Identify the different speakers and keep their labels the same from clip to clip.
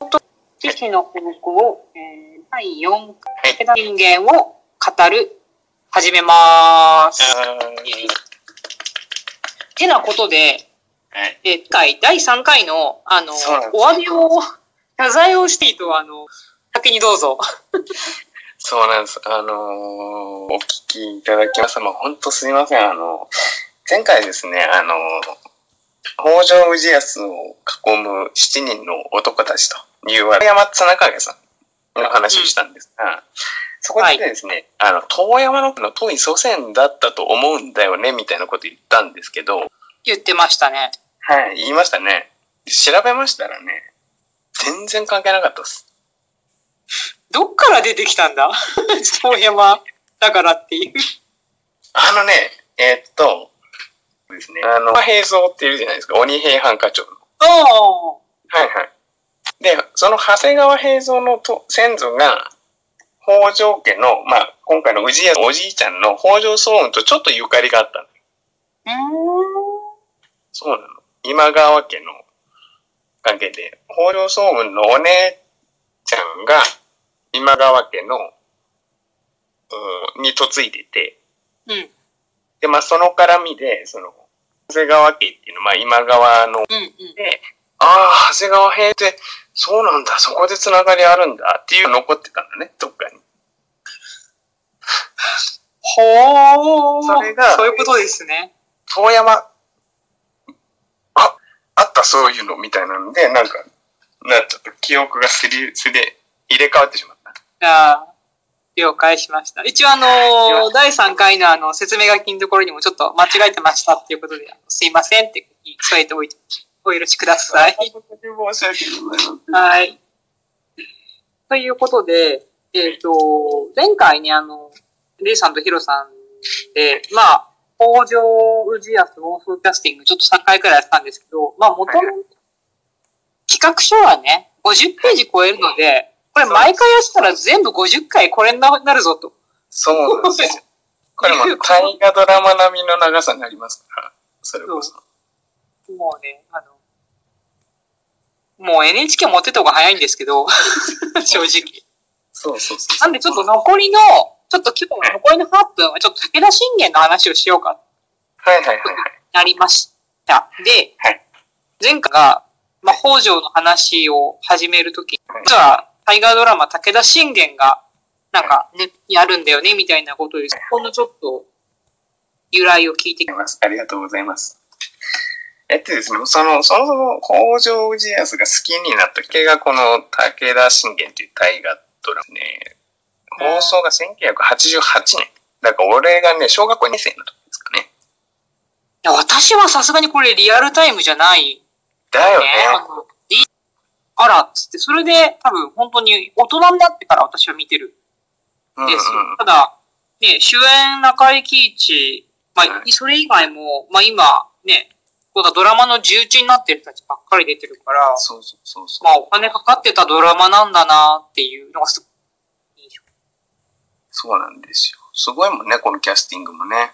Speaker 1: ーと、父の孤独を、えー第4回、人間を語る、始めまーす。てなことで、
Speaker 2: はい。
Speaker 1: えー次回、第3回の、あの
Speaker 2: そうなん、で
Speaker 1: お
Speaker 2: す
Speaker 1: 詫びを、謝罪をしていいと、あの、先にどうぞ。
Speaker 2: そうなんです。あのーお聞きいただきました。まあ、本当すみません。あの、前回ですね、あのー北条氏康を囲む7人の男たちという、遠山綱影さんの話をしたんですが、そこでですね、あの、遠山の遠い祖先だったと思うんだよね、みたいなこと言ったんですけど、
Speaker 1: 言ってましたね。
Speaker 2: はい、言いましたね。調べましたらね、全然関係なかったです。
Speaker 1: どっから出てきたんだそういえば、だからっていう。
Speaker 2: あのね、えーっと、ですね、あの、平蔵っているじゃないですか、鬼平犯科長の。
Speaker 1: おー
Speaker 2: はいはい。で、その長谷川平蔵のと先祖が、北条家の、まあ、今回の宇治屋のおじいちゃんの北条早雲とちょっとゆかりがあったの。
Speaker 1: うー
Speaker 2: そうなの。今川家の関係で、北条早雲のお姉ちゃんが今川家の、うんに嫁いでて、
Speaker 1: ん。うん。
Speaker 2: で、まあ、その絡みで、その、長谷川家っていうのは、まあ、今川の、
Speaker 1: うん。うん。
Speaker 2: で、ああ、長谷川平って、そうなんだ、そこでつながりあるんだっていうのが残ってたんだね、どっかに。
Speaker 1: ほー。
Speaker 2: それが
Speaker 1: そういうことですね。
Speaker 2: 遠山、あ、あった、そういうの、みたいなので、なんか、なちょっと記憶がすり、すれ、入れ替わってしまった。
Speaker 1: じゃあ、了解しました。一応あの
Speaker 2: はい
Speaker 1: 第3回のあの、説明書きのところにもちょっと間違えてましたっていうことで、あのすいませんって添えておいて、お許しください。
Speaker 2: 申し訳ございま
Speaker 1: はい。ということで、えっ、と、前回ね、あの、レイさんとヒロさんで、まあ、北条氏康のフーキャスティング、ちょっと3回くらいやったんですけど、まあ、元の
Speaker 2: はい
Speaker 1: 企画書はね、50ページ超えるので、これ毎回やったら全部50回これになるぞと。
Speaker 2: そうなんですよ。これも大河ドラマ並みの長さになりますから、それこそ。
Speaker 1: もうね、あの、もう NHK 持ってった方が早いんですけど、 正直。
Speaker 2: そうそうそう。
Speaker 1: なんでちょっと残りの、ちょっと今日の残りの8分はちょっと武田信玄の話をしようか、
Speaker 2: はいはいはいはい。
Speaker 1: なりました。で、
Speaker 2: はい
Speaker 1: 前回が、まあ、北条の話を始めるとき、
Speaker 2: はい
Speaker 1: 実は大河ドラマ武田信玄が、なんか、ね、やるんだよね、みたいなことを言う、そこのちょっと、由来を聞いて
Speaker 2: ありがとうございます。ありがとうございます。えっとですね、その、そもそも北条氏康が好きになった系がこの武田信玄という大河ドラマね、放送が1988年。だから俺がね、小学校2年生の時ですかね。
Speaker 1: いや、私はさすがにこれリアルタイムじゃない
Speaker 2: だよ
Speaker 1: ね。あ
Speaker 2: ね。
Speaker 1: のいあら、つって、それで多分本当に大人になってから私は見てる。
Speaker 2: うんうん
Speaker 1: ですよ。ただ、ね、主演中井貴一、まあ、
Speaker 2: はい
Speaker 1: それ以外も、まあ今、ね、こうだドラマの重鎮になってる人たちばっかり出てるから、
Speaker 2: そうそうそうそう。
Speaker 1: まあお金かかってたドラマなんだなっていうのがすごい印象。
Speaker 2: そうなんですよ。すごいもんね、このキャスティングもね。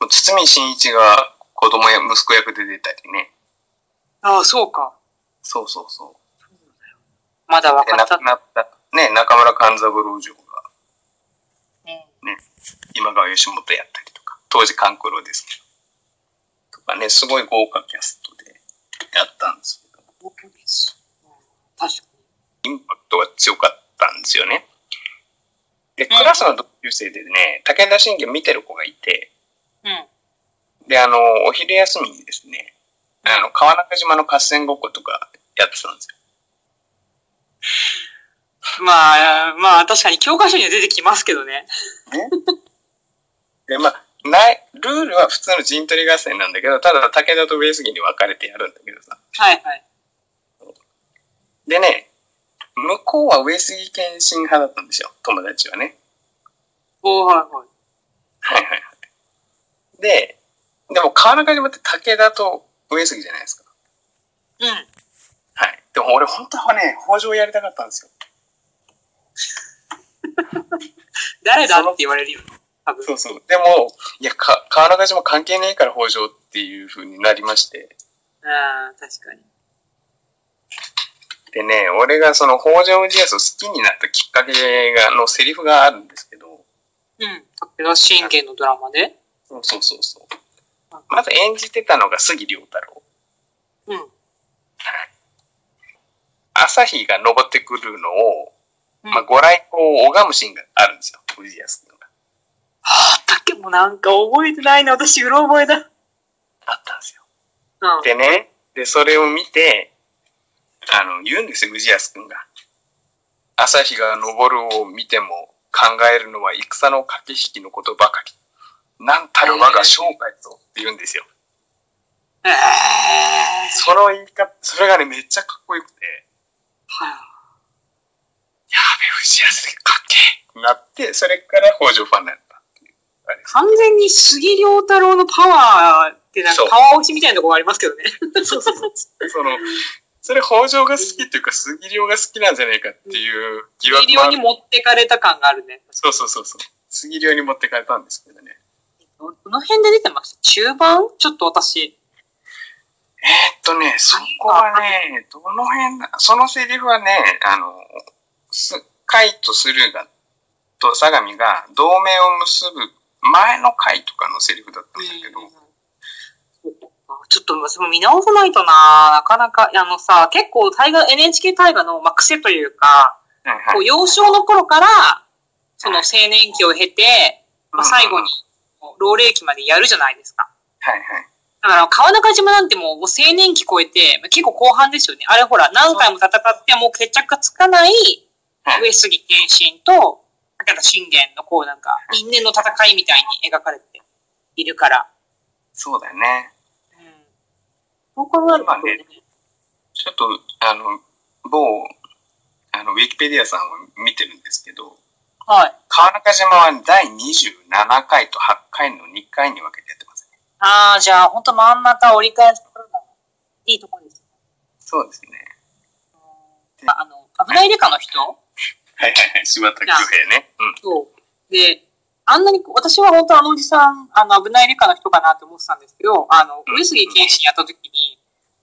Speaker 2: もう堤真一が子供や息子役で出たりね。
Speaker 1: ああ、そうか。
Speaker 2: そうそうそう。
Speaker 1: まだ
Speaker 2: で
Speaker 1: 若
Speaker 2: 亡
Speaker 1: かっ
Speaker 2: くなった、ね、中村勘三郎城が
Speaker 1: たね。
Speaker 2: 今川義元やったりとか、当時勘九郎ですけど、とかね、すごい豪華キャストでやったんですけど、
Speaker 1: 僕ですうん確か
Speaker 2: インパクトが強かったんですよね。で、
Speaker 1: うん
Speaker 2: クラスの同級生でね、武田信玄見てる子がいて、
Speaker 1: に。うん。
Speaker 2: で、あの、お昼休みにですね、あの、川中島の合戦ごっことかやってたんですよ。
Speaker 1: まあ、まあ確かに教科書には出てきますけどね。
Speaker 2: で、まあ、ない、ルールは普通の陣取り合戦なんだけど、ただ武田と上杉に分かれてやるんだけどさ、
Speaker 1: はいはい。
Speaker 2: でね、向こうは上杉謙信派だったんですよ、友達はね。
Speaker 1: おーはいはい。
Speaker 2: はいはいはい。で、でも川中島って武田と上杉じゃないですか。
Speaker 1: うん。
Speaker 2: はい。でも俺本当はね、北条やりたかったんですよ。
Speaker 1: 誰だって言われるよ。多分。
Speaker 2: そうそう。でも、いや、か川中島関係ねえから北条っていう風になりまして。
Speaker 1: ああ、確かに。
Speaker 2: でね、俺がその北条氏康を好きになったきっかけが、のセリフがあるんですけど、
Speaker 1: うん。武田信玄のドラマで。
Speaker 2: そうそうそうそう。まず演じてたのが杉良太郎。
Speaker 1: うん。
Speaker 2: 朝日が昇ってくるのを、
Speaker 1: うん
Speaker 2: まあ、ご来光を拝むシーンがあるんですよ、氏康君が。
Speaker 1: あったっけもうなんか覚えてないね。私、うろ覚えだ。
Speaker 2: あったんですよ。
Speaker 1: うん。
Speaker 2: でね、で、それを見て、あの、言うんですよ、氏康君が。朝日が昇るを見ても考えるのは戦の駆け引きのことばかり。なんたる我が生涯ぞって言うんですよ。
Speaker 1: えー。
Speaker 2: その言い方、それがね、めっちゃかっこよくて、
Speaker 1: は
Speaker 2: やべ、氏康かっけえってなって、それから北条ファンになったっていう。あれ
Speaker 1: い完全に杉良太郎のパワーってなんか
Speaker 2: そう
Speaker 1: パワー押しみたいなところありますけ どね。
Speaker 2: そうそうそう。その、それ北条が好きっていうか、杉良が好きなんじゃないかっていう疑惑
Speaker 1: 杉
Speaker 2: もあ
Speaker 1: 良
Speaker 2: る
Speaker 1: に持ってかれた感があるね。
Speaker 2: そうそうそうそう。杉良に持ってかれたんですけどね。
Speaker 1: どの辺で出てました中盤ちょっと私。
Speaker 2: えっとね、そこはね、どの辺だ、そのセリフはね、あの、す、海と駿河と相模が同盟を結ぶ前の回とかのセリフだったんだけど、
Speaker 1: そうかちょっと私も見直さないとななかなか、あのさ、結構大河、NHK 大河の、まあ、癖というか、
Speaker 2: はいはい
Speaker 1: こう幼少の頃から、その青年期を経て、まあ、最後に、老齢期までやるじゃないですか。
Speaker 2: はいはい。
Speaker 1: だから、川中島なんてもうもう青年期超えて、まあ結構後半ですよね。あれほら、何回も戦ってもう決着がつかない、
Speaker 2: はい
Speaker 1: 上杉謙信と武田信玄のこうなんか、因縁の戦いみたいに描かれているから。
Speaker 2: そうだね。
Speaker 1: うん。そう考えるとね、
Speaker 2: ちょっと、あの、某、あの、ウィキペディアさんを見てるんですけど、
Speaker 1: はい。
Speaker 2: 川中島は第27回と8回の2回に分けてやってますね。
Speaker 1: ああ、じゃあ、ほんと真ん中折り返すところがいいところですよ。
Speaker 2: そうですね。
Speaker 1: うんああの、危ないデカの人
Speaker 2: はいはいはい、柴田久平ね。うん。
Speaker 1: そう。で、あんなにこう、私は本当あのおじさん、あの、危ない理科の人かなって思ってたんですけど、あの
Speaker 2: う、ん
Speaker 1: 上杉謙信やった時に、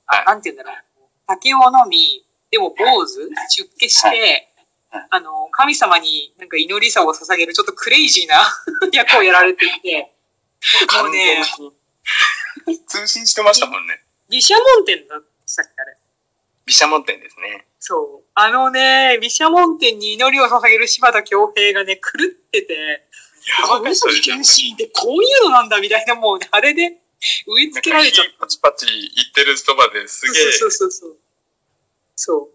Speaker 2: は
Speaker 1: あ
Speaker 2: い
Speaker 1: なんて言うんだろう、酒を飲み、でも坊主、出家し
Speaker 2: は
Speaker 1: て
Speaker 2: はい、
Speaker 1: あの、神様になんか祈りさを捧げるちょっとクレイジーな 役をやられていて、もうね、
Speaker 2: 通信してましたもんね。
Speaker 1: 毘沙門天だしたっけあれ。
Speaker 2: 毘沙門天ですね。
Speaker 1: そう。あのね、毘沙門天に祈りを捧げる柴田恭平がね、狂ってて、
Speaker 2: やば
Speaker 1: 上
Speaker 2: かったで
Speaker 1: 杉
Speaker 2: すよ
Speaker 1: 謙信ってこういうのなんだみたいな、もう、ね、あれで植え付けられちゃった。
Speaker 2: パチパチ言ってるそばですげえ、
Speaker 1: そうそうそうそう。そう。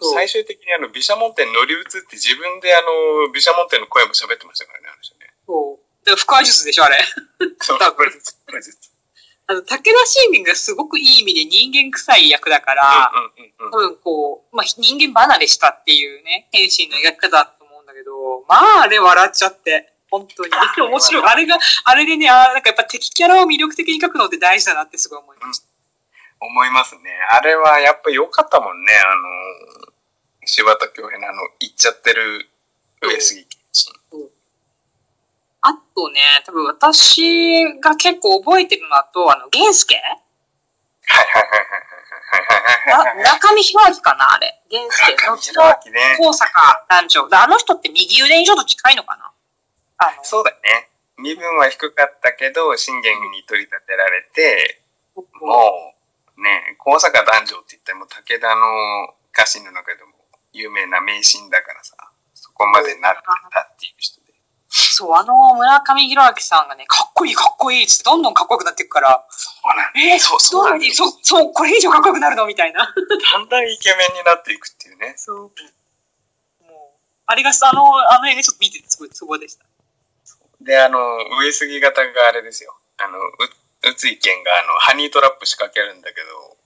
Speaker 1: そう
Speaker 2: 最終的にあの、毘沙門天乗り移って自分であの、毘沙門天の声も喋ってましたからね、あの人 ね。
Speaker 1: そう。だから腹話術でしょ、あれ。
Speaker 2: そう、
Speaker 1: 多分
Speaker 2: これですこれです
Speaker 1: あの、武田信玄がすごくいい意味で人間臭い役だから、
Speaker 2: うんうんうんうん
Speaker 1: 多分こう、まあ、人間離れしたっていうね、変身の描き方だと思うんだけど、まあ、あれ笑っちゃって。本当に。あれ面白い。あれが、あれでね、あーなんかやっぱ敵キャラを魅力的に描くのって大事だなってすごい思いました。
Speaker 2: 思いますね。あれはやっぱ良かったもんね。あの、柴田恭平のあの、行っちゃってる上杉謙信。
Speaker 1: あとね、多分私が結構覚えてるのだと、あの、源助
Speaker 2: はいはいはい
Speaker 1: な
Speaker 2: はいはいはいはいはいはい。
Speaker 1: 中見博明かなあれ。源助。
Speaker 2: 中
Speaker 1: 後
Speaker 2: 見 弘明ね。
Speaker 1: 高坂団長。だあの人って右腕にちょっと近いのかなあの、
Speaker 2: そうだね。身分は低かったけど、信玄に取り立てられて、もう、ね、高坂男女って言っても武田の家臣の中でも有名な名臣だからさ、そこまでなったっていう人で。
Speaker 1: そう、あの村上博明さんがね、かっこいいかっこいいっつってどんどんかっこよくなっていくから、
Speaker 2: そうなん
Speaker 1: えー、
Speaker 2: そうそう
Speaker 1: ど
Speaker 2: なんん
Speaker 1: な
Speaker 2: だ
Speaker 1: に、そう、そう、これ以上かっこよくなるのみたいな。
Speaker 2: だんだんイケメンになっていくっていうね。
Speaker 1: そう。もう、あれが、あの、あの映画ちょっと見ててすごいツボでした。
Speaker 2: で、あの、上杉型があれですよ。あの、う、うついけんが、あの、ハニートラップ仕掛けるんだけど、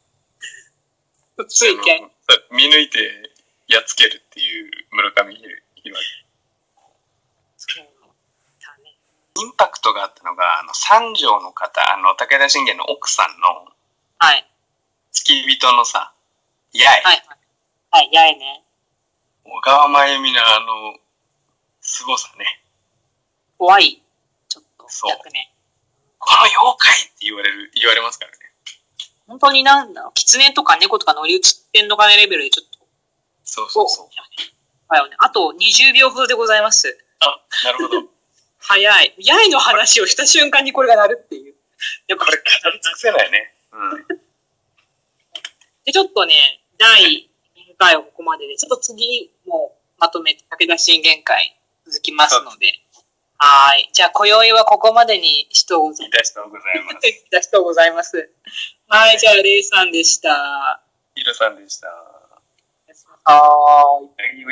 Speaker 1: ついけん。
Speaker 2: あの見抜いて、やっつけるっていう村上ひるひろ
Speaker 1: そうだね。
Speaker 2: インパクトがあったのが、あの、三条の方、あの、武田信玄の奥さんの、
Speaker 1: はい。
Speaker 2: 付き人のさ、八重、
Speaker 1: はい。はい、やえね。
Speaker 2: 小川真由美のあの、凄さね。
Speaker 1: 怖い。ちょっと、
Speaker 2: そう
Speaker 1: 役ね。
Speaker 2: この妖怪って言われる、言われますからね。
Speaker 1: う本当になんだろう、狐とか猫とか乗り移ってんのかねレベルでちょっと。
Speaker 3: そうそうそう。
Speaker 1: だよね。あと20秒ほどでございます。
Speaker 3: あ、なるほど。
Speaker 1: 早い。八重の話をした瞬間にこれが鳴るっていう。やっぱ
Speaker 2: これ語り尽くせないね。うん。
Speaker 1: で、ちょっとね、第2回はここまでで、ちょっと次もまとめて武田信玄会続きますので。はーい。じゃあ、今宵はここまでにしとうござい
Speaker 2: いたしとうございま。
Speaker 1: ますす。しとうございます。はい、じゃあ、レイさんでした。
Speaker 2: ヒロさんでした。
Speaker 1: はーい。
Speaker 2: はい